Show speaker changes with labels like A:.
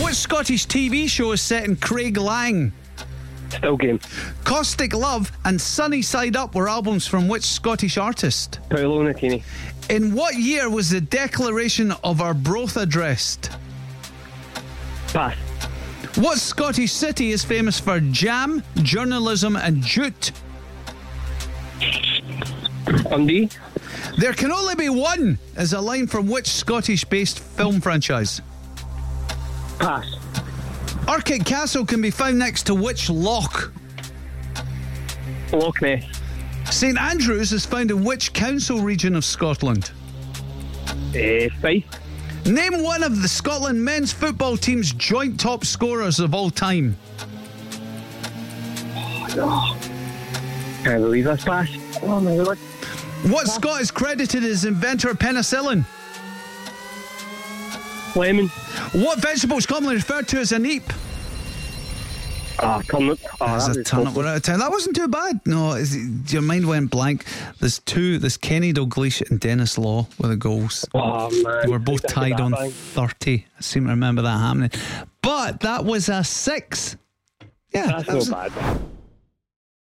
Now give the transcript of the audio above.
A: What Scottish TV show is set in Craig Lang?
B: Still game.
A: Caustic Love and Sunny Side Up were albums from which Scottish artist?
B: Paolo Nutini.
A: In what year was the Declaration of Arbroath addressed?
B: Pass.
A: What Scottish city is famous for jam, journalism, and jute?
B: Dundee.
A: There can only be one is a line from which Scottish based film franchise?
B: Pass.
A: Arctic Castle can be found next to which loch?
B: Loch Ness.
A: St Andrews is found in which council region of Scotland?
B: Uh, Fife.
A: Name one of the Scotland men's football team's joint top scorers of all time.
B: Can't believe that's pass. Oh my god.
A: What Scot is credited as inventor of penicillin?
B: Lemon.
A: What vegetable is commonly referred to as a neep?
B: Ah, turnip. Ah,
A: As
B: that
A: a
B: was
A: turnip,
B: close.
A: we're out of time. That wasn't too bad. No, is it- your mind went blank. There's two. There's Kenny Dalglish and Dennis Law with the goals.
B: Oh man.
A: They were both
B: Exactly
A: tied
B: that
A: on
B: thing.
A: 30. I seem to remember that happening. But that was a six. Yeah,
B: That's
A: that was
B: not bad.